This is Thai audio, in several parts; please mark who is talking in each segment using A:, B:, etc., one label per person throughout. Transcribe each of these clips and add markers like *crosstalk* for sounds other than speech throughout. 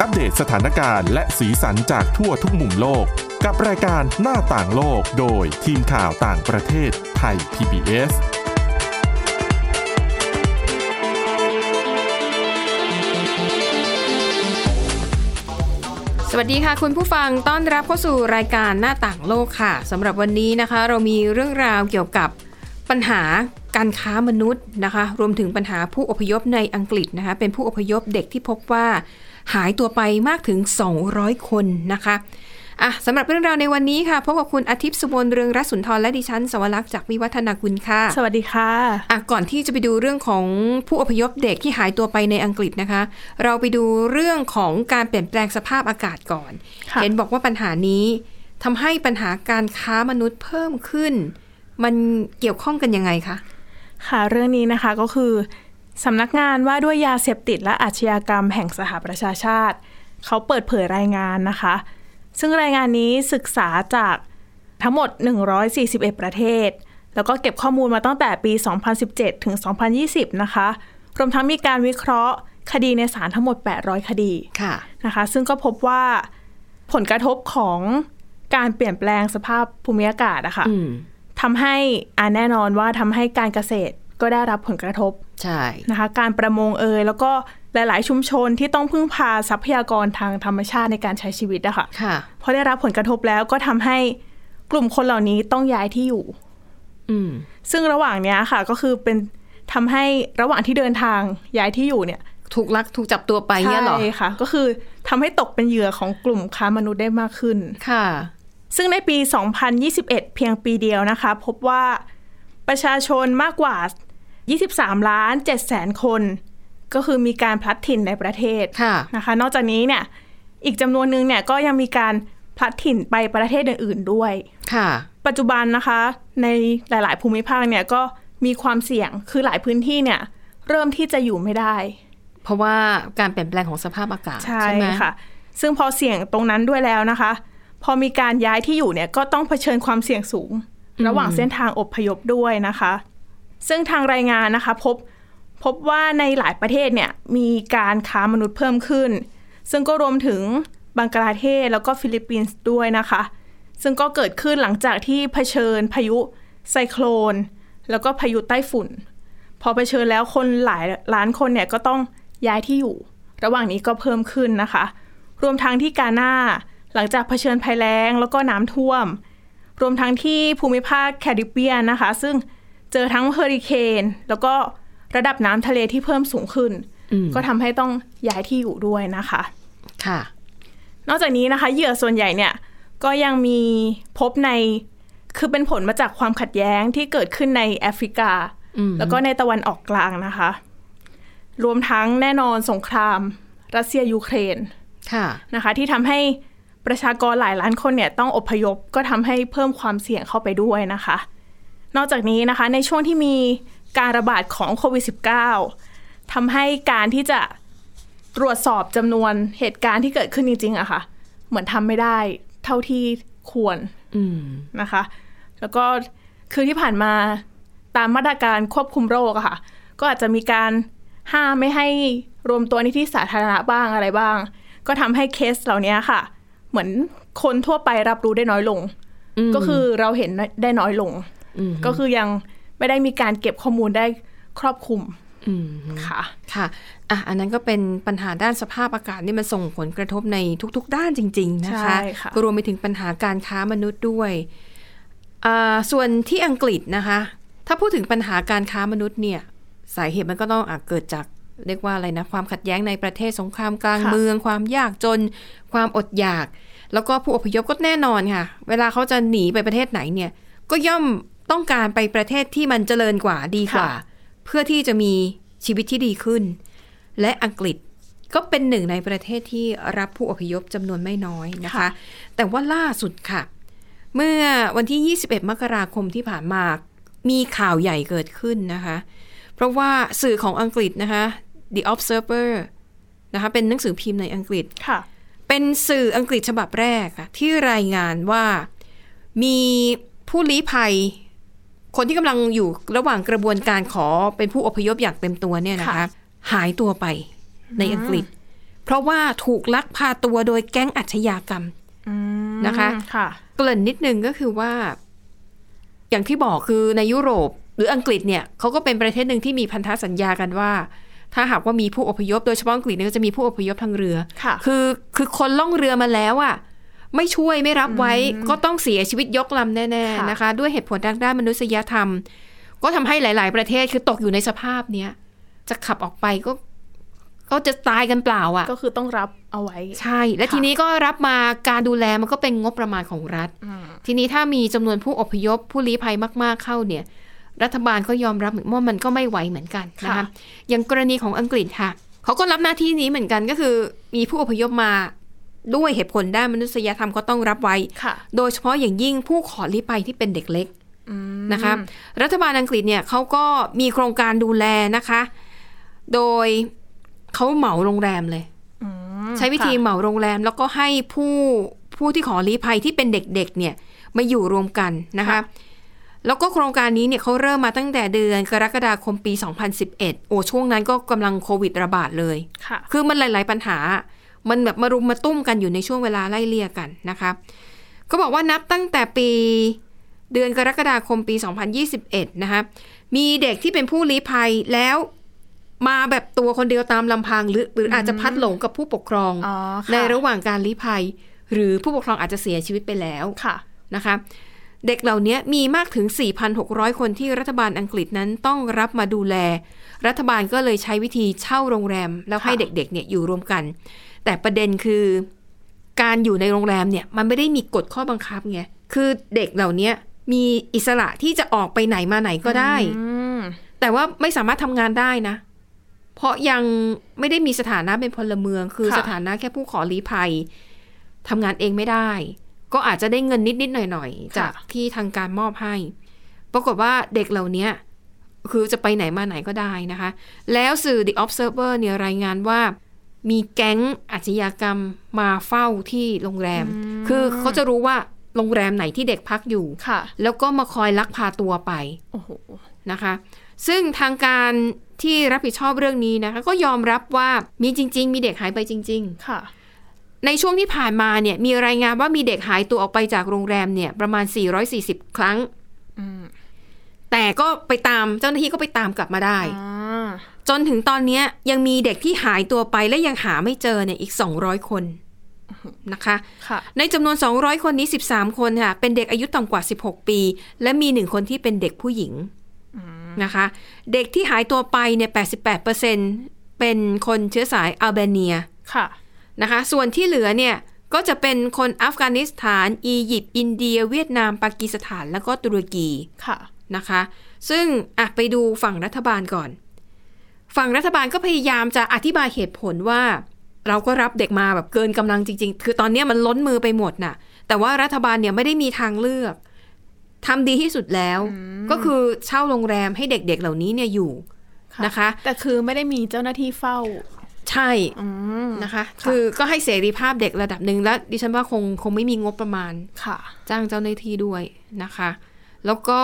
A: อัปเดตสถานการณ์และสีสันจากทั่วทุกมุมโลก กับรายการหน้าต่างโลกโดยทีมข่าวต่างประเทศไทย PBS
B: สวัสดีค่ะ คุณผู้ฟังต้อนรับเข้าสู่รายการหน้าต่างโลกค่ะสำหรับวันนี้นะคะ เรามีเรื่องราวเกี่ยวกับปัญหาการค้ามนุษย์นะคะ รวมถึงปัญหาผู้อพยพในอังกฤษนะคะ เป็นผู้อพยพเด็กที่พบว่าหายตัวไปมากถึง 200 คนนะคะอ่ะสำหรับเรื่องราวในวันนี้ค่ะพบกับคุณอาทิตย์สุวรรณเรืองรัศนทรและดิฉันสวรักษ์จากวิวัฒนาคุณค่ะ
C: สวัสดีค่ะ
B: อ่ะก่อนที่จะไปดูเรื่องของผู้อพยพเด็กที่หายตัวไปในอังกฤษนะคะ เราไปดูเรื่องของการเปลี่ยนแปลงสภาพอากาศก่อน
C: ค่ะ
B: เห็นบอกว่าปัญหานี้ทำให้ปัญหาการค้ามนุษย์เพิ่มขึ้น มันเกี่ยวข้องกันยังไงคะ
C: ค่ะ เรื่องนี้นะคะก็คือสำนักงานว่าด้วยยาเสพติดและอาชญากรรมแห่งสหประชาชาติ เขาเปิดเผยรายงานนะคะ ซึ่งรายงานนี้ศึกษาจากทั้งหมด 141 ประเทศ แล้วก็เก็บข้อมูลมาตั้งแต่ปี 2017 ถึง 2020 นะคะ รวมทั้งมีการวิเคราะห์คดีในศาลทั้งหมด 800 คดี
B: ค่ะ
C: นะคะซึ่งก็พบว่าผลกระทบของการเปลี่ยนแปลงสภาพภูมิอากาศอะค่ะ
B: อืม
C: ทำให้อ่าแน่นอนว่าทำให้การเกษตรก็ได้รับผลกระทบ
B: ใช่
C: นะคะการประมงเอยแล้วก็หลาย ๆ ชุมชนที่ต้องพึ่งพาทรัพยากรทางธรรมชาติในการใช้ชีวิตอะค่ะ
B: ค่ะ
C: พอได้รับผลกระทบแล้วก็ทำให้กลุ่มคนเหล่านี้ต้องย้ายที่อยู่
B: อืม
C: ซึ่งระหว่างเนี้ยค่ะก็คือเป็นทำให้ระหว่างที่เดินทางย้ายที่อยู่เนี่ย
B: ถูกลักถูกจับตัวไปเงี้ยเหรอ
C: ใช่ค่ะ ก็คือทำให้ตกเป็นเหยื่อของกลุ่มค้ามนุษย์ได้มากขึ้น
B: ค่ะ
C: ซึ่งในปี 2021 เพียงปีเดียวนะคะ พบว่าประชาชนมากกว่า 23 ล้าน7แสนคน ก็คือมีการพลัดถิ่นในประเทศ
B: ค่ะ
C: นะคะ นอกจากนี้เนี่ยอีกจำนวนหนึงเนี่ยก็ยังมีการพลัดถิ่นไปประเทศอื่นๆด้วย
B: ค่ะ
C: ปัจจุบันนะคะ ในหลาย ๆ ภูมิภาคเนี่ยก็มีความเสี่ยงคือหลายพื้นที่เนี่ยเริ่มที่จะอยู่ไม่ได้
B: เพราะว่าการเปลี่ยนแปลงของสภาพอากาศ
C: ใช่
B: ไหม
C: ค่ะ ซึ่งพอเสี่ยงตรงนั้นด้วยแล้วนะคะ พอมีการย้ายที่อยู่เนี่ยก็ต้องเผชิญความเสี่ยงสูง ระหว่างเส้นทางอพยพด้วยนะคะ ซึ่งทางรายงานนะคะพบพบว่าในหลายประเทศเนี่ยมีการค้ามนุษย์เพิ่มขึ้น ซึ่งก็รวมถึงบังกลาเทศแล้วก็ฟิลิปปินส์ด้วยนะคะ ซึ่งก็เกิดขึ้นหลังจากที่เผชิญพายุไซโคลน แล้วก็พายุใต้ฝุ่น พอเผชิญแล้วคนหลายล้านคนเนี่ยก็ต้องย้ายที่อยู่ ระหว่างนี้ก็เพิ่มขึ้นนะคะ รวมทั้งที่กาหน้าหลังจากเผชิญภัยแล้งแล้วก็น้ำท่วม รวมทั้งที่ภูมิภาคแคริบเบียนนะคะ ซึ่งเจอทั้งเฮอริเคนแล้วก็ระดับน้ำทะเลที่เพิ่มสูงขึ้น ก็ทำให้ต้องย้ายที่อยู่ด้วยนะคะ
B: ค่ะ
C: นอกจากนี้นะคะ เหยื่อส่วนใหญ่เนี่ยก็ยังมีพบในคือเป็นผลมาจากความขัดแย้งที่เกิดขึ้นในแอฟริกา แล้วก็ในตะวันออกกลางนะคะ รวมทั้งแน่นอนสงคราม รัสเซียยูเครน
B: ค่ะ
C: นะคะที่ทำให้ประชากรหลายล้านคนเนี่ยต้องอพยพก็ทำให้เพิ่มความเสี่ยงเข้าไปด้วยนะคะ นอกจากนี้นะคะในช่วงที่มีการระบาดของโควิด -19 ทำให้การที่จะตรวจสอบจำนวนเหตุการณ์ที่เกิดขึ้นจริงๆอะค่ะ เหมือนทำไม่ได้เท่าที่ควร
B: อืม
C: นะคะ แล้วก็คือที่ผ่านมาตามมาตรการควบคุมโรคอะค่ะ ก็อาจจะมีการห้ามไม่ให้รวมตัวในที่สาธารณะบ้างอะไรบ้าง ก็ทำให้เคสเหล่านี้ค่ะ เหมือนคนทั่วไปรับรู้ได้น้อยลง ก็คือเราเห็นได้น้อยลง ก็คือยังไม่ได้มีการเก็บข้อมูลได้ครอบคลุม
B: อืม
C: ค่ะ
B: ค่ะ อ่ะ อันนั้นก็เป็นปัญหาด้านสภาพอากาศนี่มันส่งผลกระทบในทุก ๆ ด้านจริง ๆ นะคะ
C: ใช่ค่ะ
B: รวมไปถึงปัญหาการค้ามนุษย์ด้วย อ่า ส่วนที่อังกฤษนะคะ ถ้าพูดถึงปัญหาการค้ามนุษย์เนี่ย สาเหตุมันก็ต้องอาจเกิดจากเรียกว่าอะไรนะ ความขัดแย้งในประเทศสงครามกลาง
C: ค่ะ
B: เมือง ความยากจน ความอดอยาก แล้วก็ผู้อพยพก็แน่นอนค่ะ เวลาเขาจะหนีไปประเทศไหนเนี่ย ก็ย่อมต้องการไปประเทศที่มันเจริญกว่าดีกว่า เพื่อที่จะมีชีวิตที่ดีขึ้น และอังกฤษก็เป็นหนึ่งในประเทศที่รับผู้อพยพจำนวนไม่น้อยนะคะ
C: ค่ะ
B: แต่ว่าล่าสุดค่ะ เมื่อวันที่ 21 มกราคมที่ผ่านมา มีข่าวใหญ่เกิดขึ้นนะคะ เพราะว่าสื่อของอังกฤษนะคะ The Observer นะคะ เป็นหนังสือพิมพ์ในอังกฤษ
C: ค่ะ
B: เป็นสื่ออังกฤษฉบับแรกอะที่รายงานว่ามีผู้ลี้ภัย คนที่กำลังอยู่ระหว่างกระบวนการขอเป็นผู้อพยพอย่างเต็มตัวเนี่ยนะคะ
C: ค่ะ
B: หายตัวไปในอังกฤษ เพราะว่าถูกลักพาตัวโดยแก๊งอาชญากรรม
C: อืม
B: นะคะ
C: ค่ะ
B: เกริ่นนิดนึงก็คือว่า อย่างที่บอกคือในยุโรปหรืออังกฤษเนี่ยเขาก็เป็นประเทศหนึ่งที่มีพันธสัญญากันว่า ถ้าหากว่ามีผู้อพยพโดยเฉพาะอังกฤษเนี่ยก็จะมีผู้อพยพทางเรือ
C: ค่ะ
B: คือคือคนล่องเรือมาแล้วอะไม่ช่วยไม่รับไว้ก็ต้องเสียชีวิตยกลำแน่
C: ค่ะ
B: ๆนะคะ ด้วยเหตุผลทางด้านมนุษยธรรม ก็ทำให้หลาย ๆ ประเทศคือตกอยู่ในสภาพเนี้ยจะขับออกไปก็ ก็จะตายกันเปล่าอ่ะ
C: ก็คือต้องรับเอาไว้
B: ใช่ และ
C: ค่ะ
B: ทีนี้ก็รับมาการดูแลมันก็เป็นงบประมาณของรัฐ
C: อืม
B: ทีนี้ถ้ามีจำนวนผู้อพยพผู้ลี้ภัยมาก ๆ เข้าเนี่ย รัฐบาลก็ยอมรับว่ามันก็ไม่ไหวเหมือนกันนะคะอย่างกรณีของอังกฤษค่ะเขาก็รับหน้าที่นี้เหมือนกันก็คือ มีผู้อพยพมาด้วยเหตุผลด้านมนุษยธรรมก็ต้องรับไว้
C: ค่ะ
B: โดยเฉพาะอย่างยิ่งผู้ขอลี้ภัยที่เป็นเด็กเล็ก
C: อืม
B: นะคะรัฐบาลอังกฤษเนี่ยเขาก็มีโครงการดูแลนะคะ โดยเขาเหมาโรงแรมเลย
C: อืม
B: ใช้วิธี
C: ค่ะ
B: เหมาโรงแรม แล้วก็ให้ผู้ผู้ที่ขอลี้ภัยที่เป็นเด็กๆเนี่ยมาอยู่รวมกันนะคะแล้วก็โครงการนี้เนี่ยเขาเริ่มมาตั้งแต่เดือนกรกฎาคมปี 2011 โอ้ช่วงนั้นก็กำลังโควิดระบาดเลย
C: ค่ะ
B: คือมันหลาย ๆ ปัญหา มันแบบมารุมมาตุ้มกันอยู่ในช่วงเวลาไล่เลี่ยกันนะคะ ก็บอกว่านับตั้งแต่ปีเดือนกรกฎาคมปี 2021 นะคะ มีเด็กที่เป็นผู้ลี้ภัยแล้วมาแบบตัวคนเดียวตามลำพัง หรือหรืออาจจะพลัดหลงกับผู้ปกครอง
C: อ๋อค่ะ
B: ในระหว่างการลี้ภัย หรือผู้ปกครองอาจจะเสียชีวิตไปแล้ว
C: ค่ะ
B: นะคะเด็กเหล่านี้มีมากถึง 4,600 คนที่รัฐบาลอังกฤษนั้นต้องรับมาดูแล รัฐบาลก็เลยใช้วิธีเช่าโรงแรม แล้วให้
C: ค่ะ
B: เด็กๆเนี่ยอยู่รวมกัน แต่ประเด็นคือการอยู่ในโรงแรมเนี่ยมันไม่ได้มีกฎข้อบังคับไงคือเด็กเหล่านี้มีอิสระที่จะออกไปไหนมาไหนก็ได้
C: อืม
B: แต่ว่าไม่สามารถทำงานได้นะ เพราะยังไม่ได้มีสถานะเป็นพลเมือง คือสถานะแค่ผู้ขอลี้ภัยทำงานเองไม่ได้ ก็อาจจะได้เงินนิดๆหน่อยๆ จากที่ทางการมอบให้ ปรากฏว่าเด็กเหล่านี้คือจะไปไหนมาไหนก็ได้นะคะ แล้วสื่อ The Observer เนี่ยรายงานว่า มีแก๊งอาชญากรรมมาเฝ้าที่โรงแรม คือเขาจะรู้ว่าโรงแรมไหนที่เด็กพักอยู่
C: ค่ะ
B: แล้วก็มาคอยลักพาตัวไป
C: โอ้โห
B: นะคะซึ่งทางการที่รับผิดชอบเรื่องนี้นะคะก็ยอมรับว่ามีจริง ๆ มีเด็กหายไปจริง
C: ค่ะ
B: ๆ ในช่วงที่ผ่านมาเนี่ยมีรายงานว่ามีเด็กหายตัวออกไปจากโรงแรมเนี่ยประมาณ 440 ครั้ง
C: อืม
B: แต่ก็ไปตามเจ้าหน้าที่ก็ไปตามกลับมาได้
C: อ่า
B: จนถึงตอนเนี้ยยังมีเด็กที่หายตัวไปและยังหาไม่เจอเนี่ยอีก 200 คนนะคะ
C: ค่ะ
B: ในจำนวน 200 คนนี้ 13 คนค่ะ เป็นเด็กอายุต่ำกว่า 16 ปี และมีหนึ่งคนที่เป็นเด็กผู้หญิงนะคะ เด็กที่หายตัวไปเนี่ย 88%เป็นคนเชื้อสายอัลเบเนีย
C: ค่ะ
B: นะคะ ส่วนที่เหลือเนี่ย ก็จะเป็นคนอัฟกานิสถาน อียิปต์ อินเดีย เวียดนาม ปากีสถาน แล้วก็ตุรกี
C: ค่ะ
B: นะคะ ซึ่งอ่ะไปดูฝั่งรัฐบาลก่อน ฝั่งรัฐบาลก็พยายามจะอธิบายเหตุผลว่า เราก็รับเด็กมาแบบเกินกำลังจริง ๆ คือตอนเนี้ยมันล้นมือไปหมดน่ะ แต่ว่ารัฐบาลเนี่ยไม่ได้มีทางเลือกทำดีที่สุดแล้ว ก็คือเช่าโรงแรมให้เด็กๆเหล่านี้เนี่ยอยู่
C: ค่ะ
B: นะคะ
C: แต่คือไม่ได้มีเจ้าหน้าที่เฝ้า
B: ใช่
C: อืม
B: นะคะ
C: ค่ะ
B: คือก็ให้เสรีภาพเด็กระดับหนึ่งแล้วดิฉันว่าคงคงไม่มีงบประมาณ
C: ค่ะ
B: จ้างเจ้าหน้าที่ด้วยนะคะ แล้วก็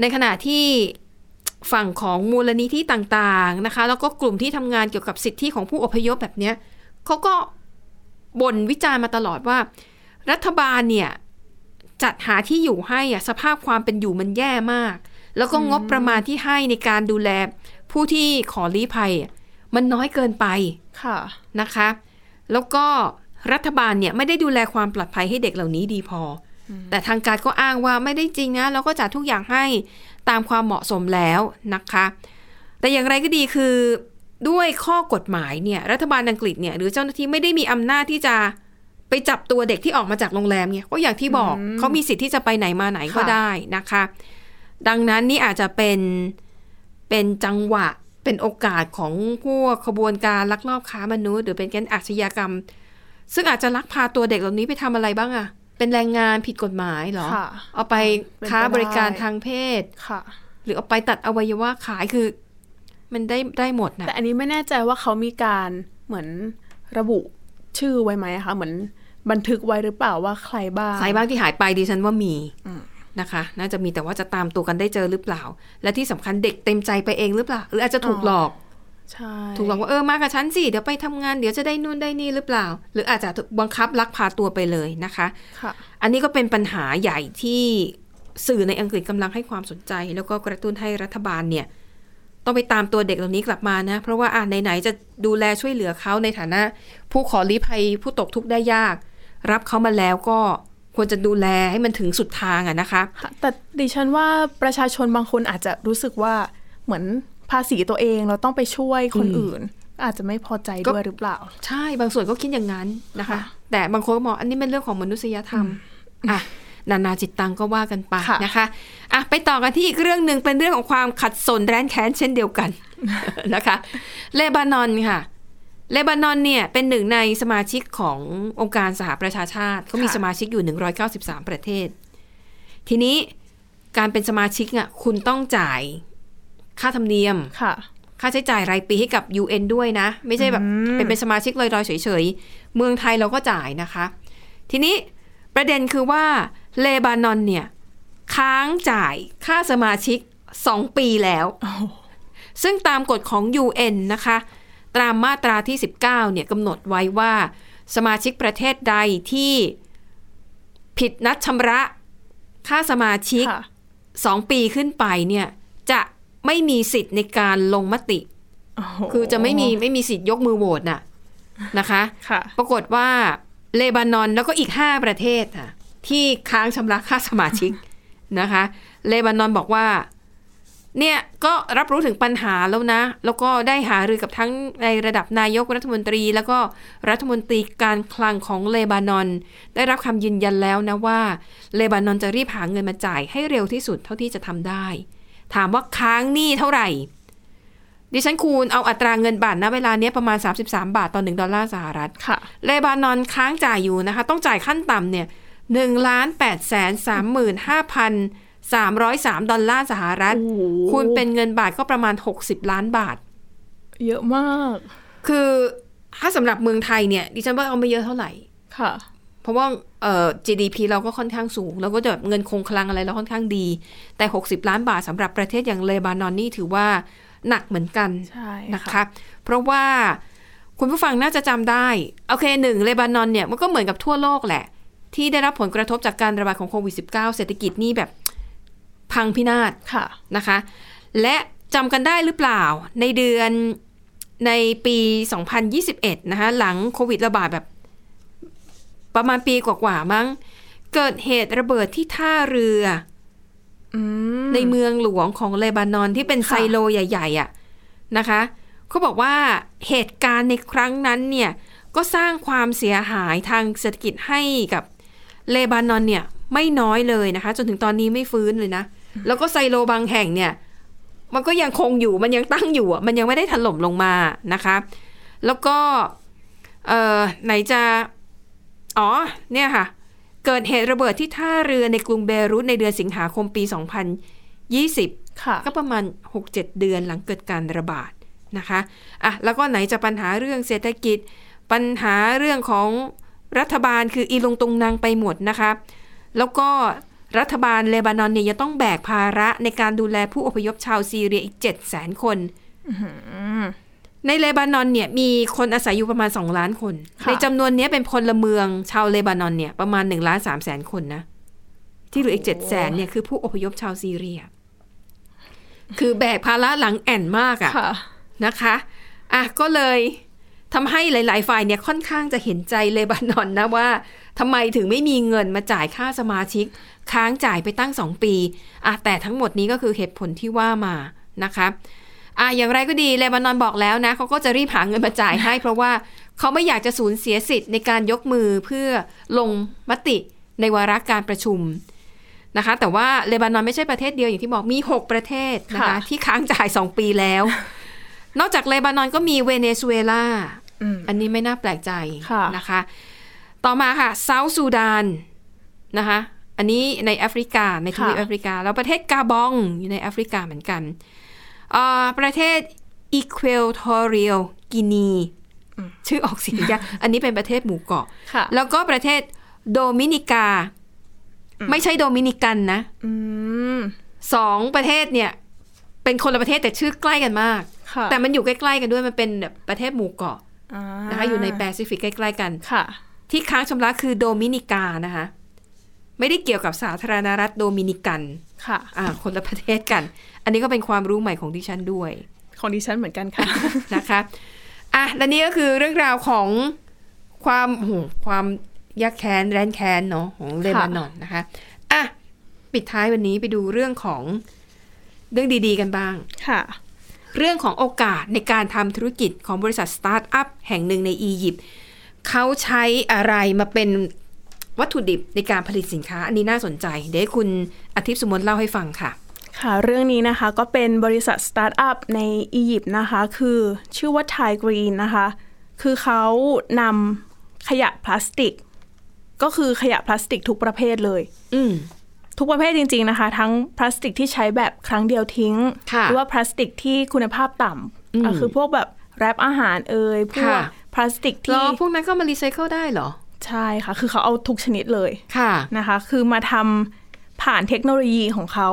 B: ในขณะที่ฝั่งของมูลนิธิต่างๆนะคะ แล้วก็กลุ่มที่ทำงานเกี่ยวกับสิทธิของผู้อพยพแบบเนี้ยเขาก็บ่นวิจารณ์มาตลอดว่า รัฐบาลเนี่ย จัดหาที่อยู่ให้อะสภาพความเป็นอยู่มันแย่มาก แล้วก็งบประมาณที่ให้ในการดูแลผู้ที่ขอลี้ภัยอะมันน้อยเกินไป
C: ค่ะ
B: นะคะ แล้วก็รัฐบาลเนี่ยไม่ได้ดูแลความปลอดภัยให้เด็กเหล่านี้ดีพออแต่ทางการก็อ้างว่าไม่ได้จริงนะเราก็จัดทุกอย่างให้ตามความเหมาะสมแล้วนะคะ แต่อย่างไรก็ดีคือด้วยข้อกฎหมายเนี่ยรัฐบาลอังกฤษเนี่ยหรือเจ้าหน้าที่ไม่ได้มีอำนาจที่จะไปจับตัวเด็กที่ออกมาจากโรงแรมเนี่ยก็อย่างที่บอกเขามีสิทธิ์ที่จะไปไหนมาไหนก็
C: ค่ะ
B: ได้นะคะ ดังนั้นนี่อาจจะเป็นเป็นจังหวะเป็นโอกาสของพวกขบวนการลักลอบค้ามนุษย์ หรือเป็นการอาชญากรรม ซึ่งอาจจะลักพาตัวเด็กเหล่านี้ไปทำอะไรบ้างอะเป็นแรงงานผิดกฎหมายเหรอ
C: ค่ะ
B: เอาไปค้า
C: เป็นไปได้
B: บริการทางเพศ
C: ค่ะ
B: หรือเอาไปตัดอวัยวะขายคือ มันได้ได้หมดนะ
C: แต่อันนี้ไม่แน่ใจว่าเขามีการเหมือนระบุชื่อไว้ไหมคะ เหมือนบันทึกไว้หรือเปล่าว่าใครบ้าง
B: สายบ้างที่หายไปดิฉันว่ามีนะคะ น่าจะมีแต่ว่าจะตามตัวกันได้เจอหรือเปล่า และที่สำคัญเด็กเต็มใจไปเองหรือเปล่า หรืออาจจะถูก
C: อ๋อ
B: หลอก
C: ใช่
B: ถูกหลอกว่าเออมากับฉันสิเดี๋ยวไปทำงานเดี๋ยวจะได้นู่นได้นี่หรือเปล่า หรืออาจจะถูกบังคับลักพาตัวไปเลยนะคะ
C: ค่ะ
B: อันนี้ก็เป็นปัญหาใหญ่ที่สื่อในอังกฤษกำลังให้ความสนใจ แล้วก็กระตุ้นให้รัฐบาลเนี่ย ต้องไปตามตัวเด็กเหล่านี้กลับมานะ เพราะว่าอ่าไหนๆจะดูแลช่วยเหลือเขาในฐานะ ผู้ขอลี้ภัยผู้ตกทุกข์ได้ยาก รับเขามาแล้วก็ควรจะดูแลให้มันถึงสุดทางอะนะคะ
C: ค่ะแต่ดิฉันว่าประชาชนบางคนอาจจะรู้สึกว่าเหมือนภาษีตัวเองเราต้องไปช่วยคนอื่น อาจจะไม่พอใจ
B: ก็
C: ด้วยหรือเปล่า
B: ใช่บางส่วนก็คิดอย่างนั้นนะคะ
C: ค่ะ
B: แต่บางคนก็มองอันนี้เป็นเรื่องของมนุษยธรรมอ่ะนานาจิตตังก็ว่ากันไป
C: ค่ะ
B: นะคะอ่ะไปต่อกันที่อีกเรื่องหนึ่งเป็นเรื่องของความขัดสนแร้นแค้นเช่นเดียวกัน นะคะ เลบานอนค่ะ เลบานอนเนี่ยเป็นหนึ่งในสมาชิกขององค์การสหประชาชาติเขามีสมาชิกอยู่ 193 ประเทศ ทีนี้การเป็นสมาชิกอ่ะคุณต้องจ่ายค่าธรรมเนียม
C: ค่ะ
B: ค่าใช้จ่ายรายปีให้กับ UN ด้วยนะ ไม่ใช่แบบเป็นเป็นสมาชิกลอยๆเฉยๆ เมืองไทยเราก็จ่ายนะคะ ทีนี้ประเด็นคือว่าเลบานอนเนี่ย ค้างจ่ายค่าสมาชิก 2 ปีแล้ว ซึ่งตามกฎของ UN นะคะ ตามมาตราที่ 19เนี่ยกำหนดไว้ว่า สมาชิกประเทศใดที่ผิดนัดชำระค่าสมาชิก
C: ค่ะ
B: สองปีขึ้นไปเนี่ยจะไม่มีสิทธิ์ในการลงมติ
C: โอ้โห
B: คือจะไม่มีไม่มีสิทธิ์ยกมือโหวตน่ะนะคะ
C: ค่ะ
B: ปรากฏว่าเลบานอนแล้วก็อีก 5 ประเทศค่ะที่ค้างชำระค่าสมาชิก นะคะเลบานอนบอกว่าเนี่ยก็รับรู้ถึงปัญหาแล้วนะ แล้วก็ได้หารือกับทั้งในระดับนายกรัฐมนตรี แล้วก็รัฐมนตรีการคลังของเลบานอน ได้รับคำยืนยันแล้วนะว่าเลบานอนจะรีบหาเงินมาจ่ายให้เร็วที่สุดเท่าที่จะทำได้ ถามว่าค้างหนี้เท่าไหร่ ดิฉันคูณเอาอัตราเงินบาทณเวลาเนี้ยประมาณ 33 บาทต่อ1ดอลลาร์สหรัฐ
C: ค่ะ
B: เลบานอนค้างจ่ายอยู่นะคะ ต้องจ่ายขั้นต่ำเนี่ยหนึ่งล้านแปดแสนสามหมื่นห้าพันสามร้อยสามดอลลาร์สหรัฐ
C: โอ้โห
B: คุณเป็นเงินบาทก็ประมาณหกสิบล้านบาท
C: เยอะมาก
B: คือถ้าสำหรับเมืองไทยเนี่ย ดิฉันว่าเอาไม่เยอะเท่าไหร่
C: ค่ะ
B: เพราะว่าเอ่อ GDP เราก็ค่อนข้างสูง แล้วก็จะแบบเงินคงคลังอะไรเราค่อนข้างดี แต่ 60 ล้านบาทสำหรับประเทศอย่างเลบานอนนี่ถือว่าหนักเหมือนกัน
C: ใช่
B: นะคะเพราะว่าคุณผู้ฟังน่าจะจำได้ โอเคหนึ่งเลบานอนเนี่ยมันก็เหมือนกับทั่วโลกแหละ ที่ได้รับผลกระทบจากการระบาดของโควิด -19 เศรษฐกิจนี่แบบพังพินาศ
C: ค่ะ
B: นะคะ และจำกันได้หรือเปล่าในเดือนในปี 2021 นะคะหลังโควิดระบาดแบบประมาณปีกว่าๆมั้ง เกิดเหตุระเบิดที่ท่าเรือ
C: อืม
B: ในเมืองหลวงของเลบานอนที่เป็น
C: ค่ะ
B: ไซโลใหญ่ๆอ่ะนะคะเขาบอกว่าเหตุการณ์ในครั้งนั้นเนี่ยก็สร้างความเสียหายทางเศรษฐกิจให้กับเลบานอนเนี่ยไม่น้อยเลยนะคะ จนถึงตอนนี้ไม่ฟื้นเลยนะ แล้วก็ไซโลบางแห่งเนี่ยมันก็ยังคงอยู่มันยังตั้งอยู่อะมันยังไม่ได้ถล่มลงมานะคะ แล้วก็เอ่อไหนจะอ๋อเนี่ยค่ะ เกิดเหตุระเบิดที่ท่าเรือในกรุงเบรุตในเดือนสิงหาคมปี 2020
C: ค่ะ
B: ก็ประมาณ 6-7 เดือนหลังเกิดการระบาดนะคะอ่ะแล้วก็ไหนจะปัญหาเรื่องเศรษฐกิจ ปัญหาเรื่องของรัฐบาลคืออีลงตรงนางไปหมดนะคะ แล้วก็รัฐบาลเลบานอนเนี่ยยังต้องแบกภาระในการดูแลผู้อพยพชาวซีเรียอีก 7 0 0 0 0 0 คน ในเลบานอนเนี่ยมีคนอาศัยอยู่ประมาณ 2 ล้านคน
C: ค่ะ
B: ในจำนวนเนี้ยเป็นพลเมืองชาวเลบานอนเนี่ยประมาณ1ล้าน3แสนคนนะ ที่เหลืออีก7 0 0 0 0เนี่ยคือผู้อพยพชาวซีเรีย คือแบกภาระหลังแอ่นมากอะ
C: ค่ะ
B: นะคะอ่ะก็เลยทำให้หลาย ๆ ฝ่ายเนี่ยค่อนข้างจะเห็นใจเลบานอนนะว่าทำไมถึงไม่มีเงินมาจ่ายค่าสมาชิก ค้างจ่ายไปตั้ง 2 ปีอ่ะแต่ทั้งหมดนี้ก็คือเหตุผลที่ว่ามานะคะอ่ะอย่างไรก็ดีเลบานอนบอกแล้วนะเขาก็จะรีบหาเงินมาจ่ายให้ เพราะว่าเขาไม่อยากจะสูญเสียสิทธิ์ในการยกมือเพื่อลงมติในวาระการประชุมนะคะ แต่ว่าเลบานอนไม่ใช่ประเทศเดียวอย่างที่บอกมีหกประเทศนะคะ
C: ค่ะ
B: ที่ค้างจ่ายสองปีแล้ว นอกจากเลบานอนก็มีเวเนซุเอลา
C: อืม
B: อันนี้ไม่น่าแปลกใจ
C: ค่ะ
B: นะคะ ต่อมาค่ะเซาท์ซูดานนะคะ อันนี้ในแอฟริกาในทวีปแอฟริกา แล้วประเทศกาบองอยู่ในแอฟริกาเหมือนกันเอ่อประเทศอีคว t ทอเรียลกินีชื่อออกเสียงยาก *laughs* อันนี้เป็นประเทศหมู่เกาะ
C: ค่ะ
B: แล้วก็ประเทศโดมินิกา ไม่ใช่โดมินิกันนะ
C: อืม
B: สองประเทศเนี่ย เป็นคนละประเทศแต่ชื่อใกล้กันมาก
C: ค่ะ
B: แต่มันอยู่ใกล้ๆกันด้วยมันเป็นแบบประเทศหมู่เกาะ
C: า
B: นะคะอยู่ในแปซิฟิกใกล้ๆกัน
C: ค่ะ
B: ที่ค้างชำระคือโดมินิกานะคะ ไม่ได้เกี่ยวกับสาธารณรัฐโดมินิกัน
C: ค่ะ
B: อ่าคนละประเทศกัน อันนี้ก็เป็นความรู้ใหม่ของดิฉันด้วย *laughs*
C: ของดิฉันเหมือนกัน *laughs* ค่ะ
B: นะคะอ่ะและนี่ก็คือเรื่องราวของความโอ้โหความยักแค้นแรนแค้นเนาะของเลบานอนนะคะอ่ะปิดท้ายวันนี้ไปดูเรื่องของเรื่องดีๆกันบ้าง
C: ค่ะ
B: เรื่องของโอกาสในการทำธุรกิจของบริษัทสตาร์ทอัพแห่งหนึ่งในอียิปต์เขาใช้อะไรมาเป็นวัตถุดิบในการผลิตสินค้า อันนี้น่าสนใจ เดี๋ยวให้คุณอาทิตย์สมมนต์เล่าให้ฟังค่ะ
C: ค่ะ เรื่องนี้นะคะก็เป็นบริษัทสตาร์ทอัพในอียิปต์นะคะ คือชื่อว่า Thai Green นะคะ คือเขานำขยะพลาสติก ก็คือขยะพลาสติกทุกประเภทเลย
B: อืม
C: ทุกประเภทจริงๆนะคะ ทั้งพลาสติกที่ใช้แบบครั้งเดียวทิ้ง
B: ค่ะ
C: หรือว่าพลาสติกที่คุณภาพต่
B: อืม
C: ำอ่ะคือพวกแบบแรปอาหารเอ่ยพวก
B: ค่ะ
C: พลาสติก
B: แล้ว
C: ที่
B: พวกนั้นก็มารีไซเคิลได้เหรอ
C: ใช่ค่ะ คือเขาเอาทุกชนิดเลย
B: ค่ะ
C: นะคะคือมาทำผ่านเทคโนโลยีของเขา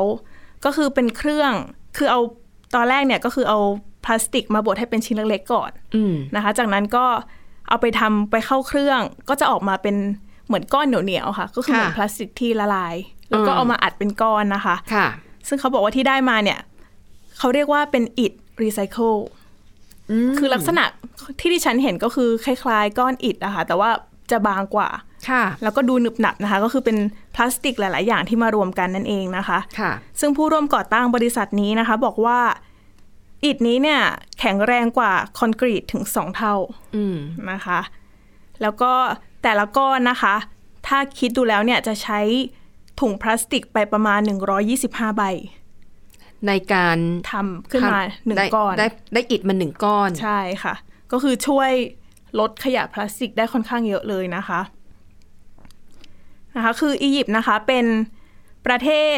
C: ก็คือเป็นเครื่องคือเอาตอนแรกเนี่ยก็คือเอาพลาสติกมาบดให้เป็นชิ้นเล็กๆก่อน
B: อืม
C: นะคะ จากนั้นก็เอาไปทำไปเข้าเครื่องก็จะออกมาเป็นเหมือนก้อนเหนียวๆค่ะ ก็คือเหมือน
B: ค่ะ
C: พลาสติกที่ละลาย แล้วก็
B: อืม
C: เอามาอัดเป็นก้อนนะคะ
B: ค่ะ
C: ซึ่งเขาบอกว่าที่ได้มาเนี่ยเขาเรียกว่าเป็นอิฐรีไซเคิลคือลักษณะที่ที่ฉันเห็นก็คือคล้ายๆ ก้อนอิฐนะคะแต่ว่าจะบางกว่า
B: ค่ะ
C: แล้วก็ดูหนึบหนับนะคะ ก็คือเป็นพลาสติกหลาย ๆ อย่างที่มารวมกันนั่นเองนะคะ
B: ค่ะ
C: ซึ่งผู้ร่วมก่อตั้งบริษัทนี้นะคะ บอกว่าอิฐนี้เนี่ยแข็งแรงกว่าคอนกรีตถึง 2 เท่า
B: อืม
C: นะคะ แล้วก็แต่ละก้อนนะคะ ถ้าคิดดูแล้วเนี่ยจะใช้ถุงพลาสติกไปประมาณ 125 ใบ
B: ในการ
C: ทำขึ้นมา
B: ทำ
C: หนึ่ง
B: ได้
C: ก้อน
B: ได้ได้อิดมาหนึ่งก้อน
C: ใช่ค่ะ ก็คือช่วยลดขยะพลาสติกได้ค่อนข้างเยอะเลยนะคะนะคะ คืออียิปต์นะคะเป็นประเทศ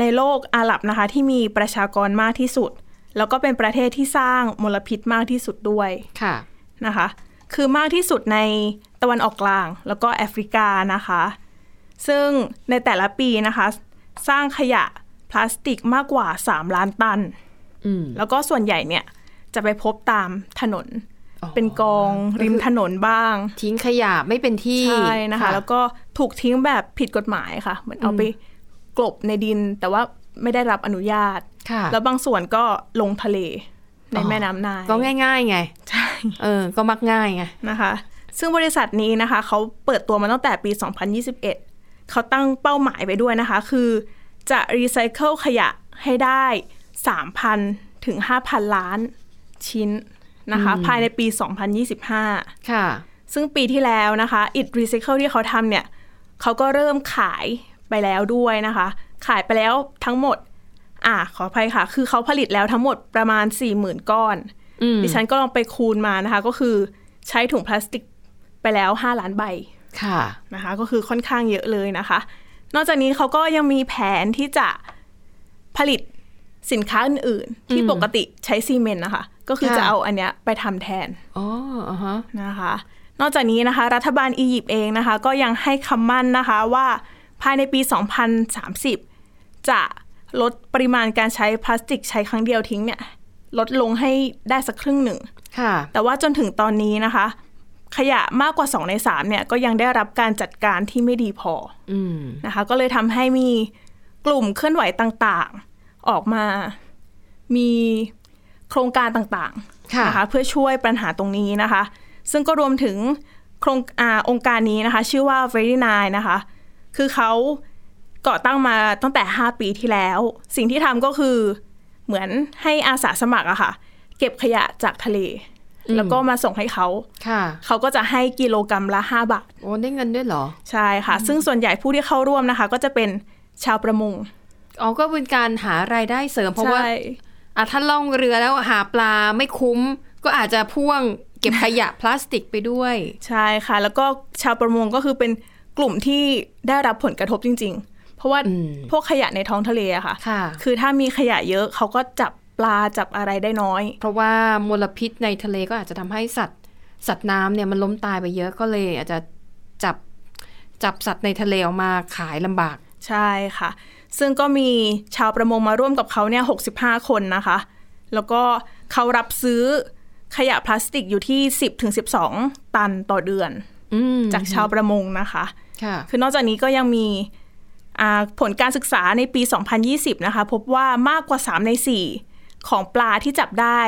C: ในโลกอาหรับนะคะ ที่มีประชากรมากที่สุด แล้วก็เป็นประเทศที่สร้างมลพิษมากที่สุดด้วย
B: ค่ะ
C: นะคะ คือมากที่สุดในตะวันออกกลาง แล้วก็แอฟริกานะคะ ซึ่งในแต่ละปีนะคะ สร้างขยะพลาสติกมากกว่า 3 ล้านตัน
B: อืม
C: แล้วก็ส่วนใหญ่เนี่ยจะไปพบตามถนน
B: อ๋อ
C: เป็นกองริมถนนบ้าง
B: ทิ้งขยะไม่เป็นที่
C: ใช่นะคะ แล้วก็ถูกทิ้งแบบผิดกฎหมายค่ะ เหมือนเอาไปกลบในดิน แต่ว่าไม่ได้รับอนุญาต
B: ค่ะ
C: แล้วบางส่วนก็ลงทะเลในแม่น้ำนาย
B: ก็ง่ายๆไง
C: ใช่
B: เออ ก็มักง่ายไง
C: นะคะ ซึ่งบริษัทนี้นะคะ เขาเปิดตัวมาตั้งแต่ปี 2021 เขาตั้งเป้าหมายไปด้วยนะคะ คือจะรีไซเคิลขยะให้ได้ 3,000 ถึง 5,000 ล้านชิ้นนะคะ ภายในปี 2025
B: ค่ะ
C: ซึ่งปีที่แล้วนะคะอิฐรีไซเคิลที่เขาทำเนี่ยเขาก็เริ่มขายไปแล้วด้วยนะคะ ขายไปแล้วทั้งหมด อ่าขออภัยค่ะ คือเขาผลิตแล้วทั้งหมดประมาณ 40,000 ก้อน
B: อืม
C: ดิฉันก็ลองไปคูณมานะคะ ก็คือใช้ถุงพลาสติกไปแล้ว 5 ล้านใบ
B: ค่ะ
C: นะคะ ก็คือค่อนข้างเยอะเลยนะคะ นอกจากนี้เขาก็ยังมีแผนที่จะผลิตสินค้าอื่นๆ ที่ปกติใช้ซีเมนต์นะคะ ก็คือ
B: ค่ะ
C: จะเอาอันเนี้ยไปทำแทน
B: อ๋ออ่าฮะ
C: นะคะ นอกจากนี้นะคะ รัฐบาลอียิปต์เองนะคะ ก็ยังให้คำมั่นนะคะว่าภายในปี 2030 จะลดปริมาณการใช้พลาสติกใช้ครั้งเดียวทิ้งเนี่ย ลดลงให้ได้สักครึ่งหนึ่ง
B: ค่ะ
C: แต่ว่าจนถึงตอนนี้นะคะ ขยะมากกว่า 2 ใน 3 เนี่ย ก็ยังได้รับการจัดการที่ไม่ดีพอ
B: อืม
C: นะคะก็เลยทำให้มีกลุ่มเคลื่อนไหวต่างๆ ออกมามีโครงการต่าง
B: ค่ะ
C: ๆนะคะเพื่อช่วยปัญหาตรงนี้นะคะ ซึ่งก็รวมถึงโครงอาองค์การนี้นะคะ ชื่อว่า Very Nine นะคะ คือเขาก่อตั้งมาตั้งแต่ 5 ปีที่แล้ว สิ่งที่ทำก็คือเหมือนให้อาสาสมัครอะค่ะ เก็บขยะจากทะเล
B: อืม
C: แล้วก็มาส่งให้เขา
B: ค่ะ
C: เขาก็จะให้กิโลกรรัมละ 5 บาท
B: โอ้ได้เงินด้วยเหรอ
C: ใช่ค่ะ ซึ่งส่วนใหญ่ผู้ที่เข้าร่วมนะคะ ก็จะเป็นชาวประมง
B: อ๋อ ก็เป็นการหารายได้เสริม เพราะว่า
C: ใช่
B: อ่ะถ้าล่องเรือแล้วหาปลาไม่คุ้ม ก็อาจจะพ่วงเก็บขยะพลาสติกไปด้วย
C: ใช่ค่ะ แล้วก็ชาวประมงก็คือเป็นกลุ่มที่ได้รับผลกระทบจริง ๆ เพราะว่า
B: อืม
C: พวกขยะในท้องทะเลอะค่ะ
B: ค่ะ
C: คือถ้ามีขยะเยอะเขาก็จับปลาจับอะไรได้น้อย
B: เพราะว่ามลพิษในทะเลก็อาจจะทำให้สัตว์ สัตว์น้ำเนี่ยมันล้มตายไปเยอะก็เลย อาจจะจับจับสัตว์ในทะเลออกมาขายลำบาก
C: ใช่ค่ะ ซึ่งก็มีชาวประมงมาร่วมกับเขาเนี่ย65 คนนะคะ แล้วก็ เขารับซื้อขยะพลาสติกอยู่ที่ 10-12 ตันต่อเดือน
B: อืม
C: จากชาวประมงนะคะ
B: ค่ะ
C: คือนอกจากนี้ก็ยังมีอ่าผลการศึกษาในปี 2020 นะคะ พบว่ามากกว่า 3 ใน 4 ของปลาที่จับได้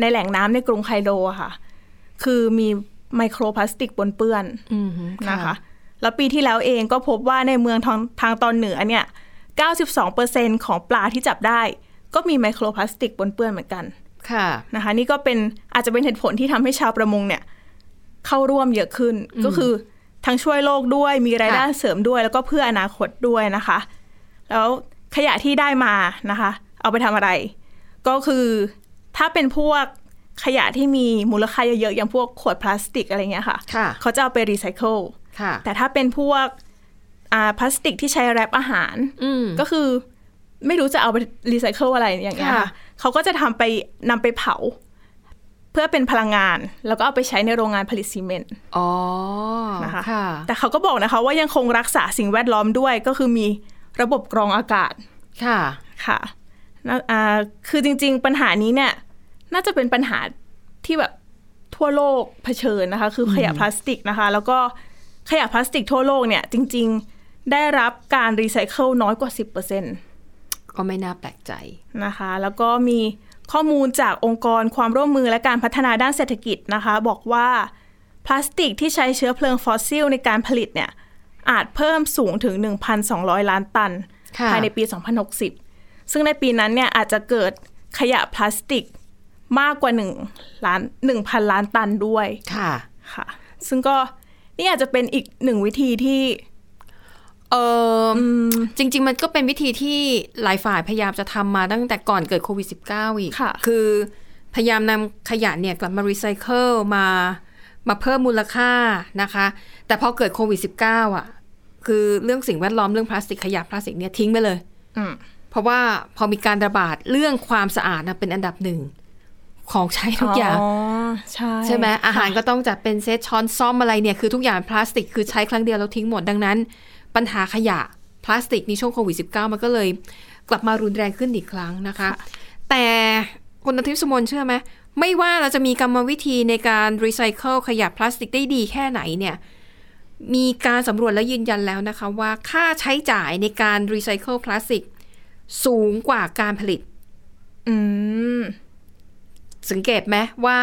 C: ในแหล่งน้ำในกรุงไคโรอะค่ะ คือมีไมโครพลาสติกปนเปื้อน
B: อืม
C: นะคะ แล้วปีที่แล้วเองก็พบว่าในเมืองทางทางตอนเหนือเนี่ย 92%ของปลาที่จับได้ ก็มีไมโครพลาสติกปนเปื้อนเหมือนกัน
B: ค่ะ
C: นะคะ นี่ก็เป็นอาจจะเป็นเหตุผลที่ทำให้ชาวประมงเนี่ย เข้าร่วมเยอะขึ้นก็คือทั้งช่วยโลกด้วยมีรายได้
B: ค่ะ
C: เสริมด้วย แล้วก็เพื่ออนาคตด้วยนะคะ แล้วขยะที่ได้มานะคะ เอาไปทำอะไร ก็คือถ้าเป็นพวกขยะที่มีมูลค่าเยอะๆอย่างพวกขวดพลาสติกอะไรเงี้ยค่ะ
B: ค่ะ
C: เขาจะเอาไปรีไซเคิล
B: ค่ะ
C: แต่ถ้าเป็นพวกอ่าพลาสติกที่ใช้แรปอาหาร
B: อืม
C: ก็คือไม่รู้จะเอาไปรีไซเคิลอะไรอย่างเงี้ย
B: ค่ะ
C: ค่ะเขาก็จะทำไปนำไปเผา เพื่อเป็นพลังงาน แล้วก็เอาไปใช้ในโรงงานผลิตซีเมนต์
B: ๋อ
C: นะคะ
B: ค่ะ
C: แต่เขาก็บอกนะคะว่ายังคงรักษาสิ่งแวดล้อมด้วยก็คือมีระบบกรองอากาศ
B: ค่ะ
C: ค่ะนะอ่าคือจริง ๆ ปัญหานี้เนี่ย น่าจะเป็นปัญหาที่แบบทั่วโลกเผชิญนะคะ คือขยะพลาสติกนะคะ แล้วก็ขยะพลาสติกทั่วโลกเนี่ยจริง ๆ ได้รับการรีไซเคิลน้อยกว่า 10%
B: ก็ไม่น่าแปลกใจ
C: นะคะ แล้วก็มีข้อมูลจากองค์กรความร่วมมือและการพัฒนาด้านเศรษฐกิจนะคะ บอกว่าพลาสติกที่ใช้เชื้อเพลิงฟอสซิลในการผลิตเนี่ยอาจเพิ่มสูงถึง 1,200 ล้านตัน
B: ค่ะ
C: ภายในปี 2060 ซึ่งในปีนั้นเนี่ยอาจจะเกิดขยะพลาสติกมากกว่า1ล้าน1,000 ล้านตันด้วย
B: ค่ะ
C: ค่ะ ซึ่งก็นี่อาจจะเป็นอีกหนึ่งวิธีที่
B: เอออจริง ๆ มันก็เป็นวิธีที่หลายฝ่ายพยายามจะทำมาตั้งแต่ก่อนเกิดโควิด -19 อีก
C: ค่ะ
B: อพยายามนำขยะเนี่ยกลับมารีไซเคิลมามาเพิ่มมูลค่านะคะ แต่พอเกิดโควิด -19 อ่ะ คือเรื่องสิ่งแวดล้อมเรื่องพลาสติกขยะพลาสติกเนี่ยทิ้งไปเลย
C: อืม
B: เพราะว่าพอมีการระบาดเรื่องความสะอาดนะเป็นอันดับหนึ่งของใช้ทุกอย่าง
C: ใช่
B: ใช่ไหมอาหารก็ต้องจัดเป็นเซตช้อนซ่อมอะไรเนี่ยคือทุกอย่างพลาสติกคือใช้ครั้งเดียวแล้วทิ้งหมดดังนั้น ปัญหาขยะพลาสติกในช่วงโควิด -19 มันก็เลยกลับมารุนแรงขึ้นอีกครั้งนะคะ แต่คุณอาทิตย์สมนเชื่อไหมไม่ว่าเราจะมีกรรมวิธีในการรีไซเคิลขยะพลาสติกได้ดีแค่ไหนเนี่ยมีการสำรวจและยืนยันแล้วนะคะว่าค่าใช้จ่ายในการรีไซเคิลพลาสติกสูงกว่าการผลิต
C: อืม
B: สังเกตไหมว่า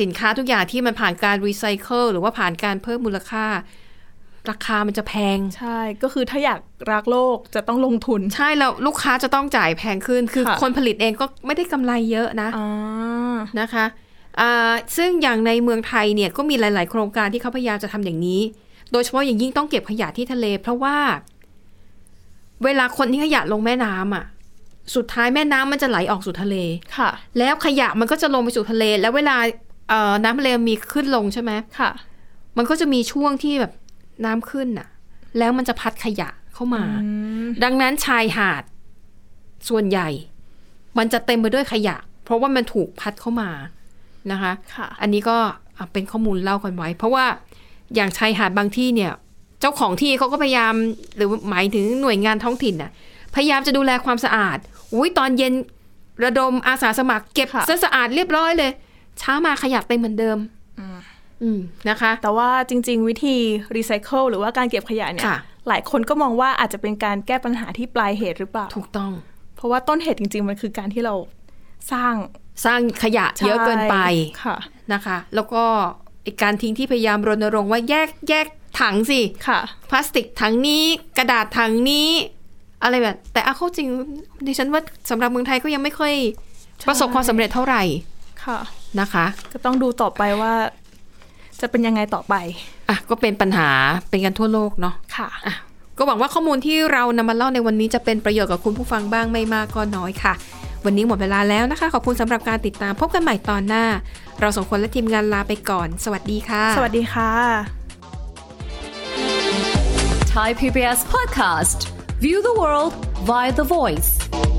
B: สินค้าทุกอย่างที่มันผ่านการรีไซเคิลหรือว่าผ่านการเพิ่มมูลค่า ราคามันจะแพง
C: ใช่ ก็คือถ้าอยากรักโลกจะต้องลงทุน
B: ใช่แล้วลูกค้าจะต้องจ่ายแพงขึ้น คือ
C: ค่ะ
B: คนผลิตเองก็ไม่ได้กำไรเยอะนะนะคะอ่าซึ่งอย่างในเมืองไทยเนี่ยก็มีหลาย ๆ โครงการที่เขาพยายามจะทำอย่างนี้ โดยเฉพาะอย่างยิ่งต้องเก็บขยะที่ทะเล เพราะว่า เวลาคนที่ขยะลงแม่น้ำอ่ะ สุดท้ายแม่น้ำมันจะไหลออกสู่ทะเล
C: ค่ะ
B: แล้วขยะมันก็จะลงไปสู่ทะเล แล้วเวลาเอ่อน้ำทะเลมีขึ้นลงใช่ไหม
C: ค่ะ
B: มันก็จะมีช่วงที่แบบน้ำขึ้นน่ะ แล้วมันจะพัดขยะเข้ามา ดังนั้นชายหาดส่วนใหญ่ มันจะเต็มไปด้วยขยะ เพราะว่ามันถูกพัดเข้ามานะคะ
C: ค่ะ
B: อันนี้ก็อ่ะเป็นข้อมูลเล่ากันไว้ เพราะว่าอย่างชายหาดบางที่เนี่ย เจ้าของที่เขาก็พยายามหรือหมายถึงหน่วยงานท้องถิ่นน่ะพยายามจะดูแลความสะอาดอุ้ยตอนเย็นระดมอาสาสมัครเก็บ
C: ค่ะ
B: ซะสะอาดเรียบร้อยเลย เช้ามาขยะเต็มเหมือนเดิม อืมนะคะ
C: แต่ว่าจริง ๆ วิธีรีไซเคิลหรือว่าการเก็บขยะเนี่ย
B: ค่ะ
C: หลายคนก็มองว่าอาจจะเป็นการแก้ปัญหาที่ปลายเหตุหรือเปล่า
B: ถูกต้อง
C: เพราะว่าต้นเหตุจริง ๆ มันคือการที่เราสร้าง
B: สร้างขยะเยอะเกินไป
C: ใช่ค่ะ
B: นะคะ แล้วก็ไอ้การทิ้งที่พยายามรณรงค์ว่าแยกแยกถังสิ
C: ค่ะ
B: พลาสติกถังนี้กระดาษถังนี้ อะไรแบบ แต่เอาเข้าจริงดิฉันว่าสำหรับเมืองไทยก็ยังไม่ค่อยประสบความสำเร็จเท่าไหร่
C: ค่ะ
B: นะคะ
C: ก็ต้องดูต่อไปว่า จะเป็นยังไงต่อไป
B: อ่ะ ก็เป็นปัญหาเป็นกันทั่วโลกเนาะ
C: ค่ะ
B: อ่ะ ก็หวังว่าข้อมูลที่เรานำมาเล่าในวันนี้จะเป็นประโยชน์กับคุณผู้ฟังบ้างไม่มากก็น้อยค่ะ วันนี้หมดเวลาแล้วนะคะ ขอบคุณสำหรับการติดตามพบกันใหม่ตอนหน้า เราสองคนและทีมงานลาไปก่อน สวัสดีค่ะ
C: สวัสดีค่ะ
D: Thai PBS podcast. View the world via the voice.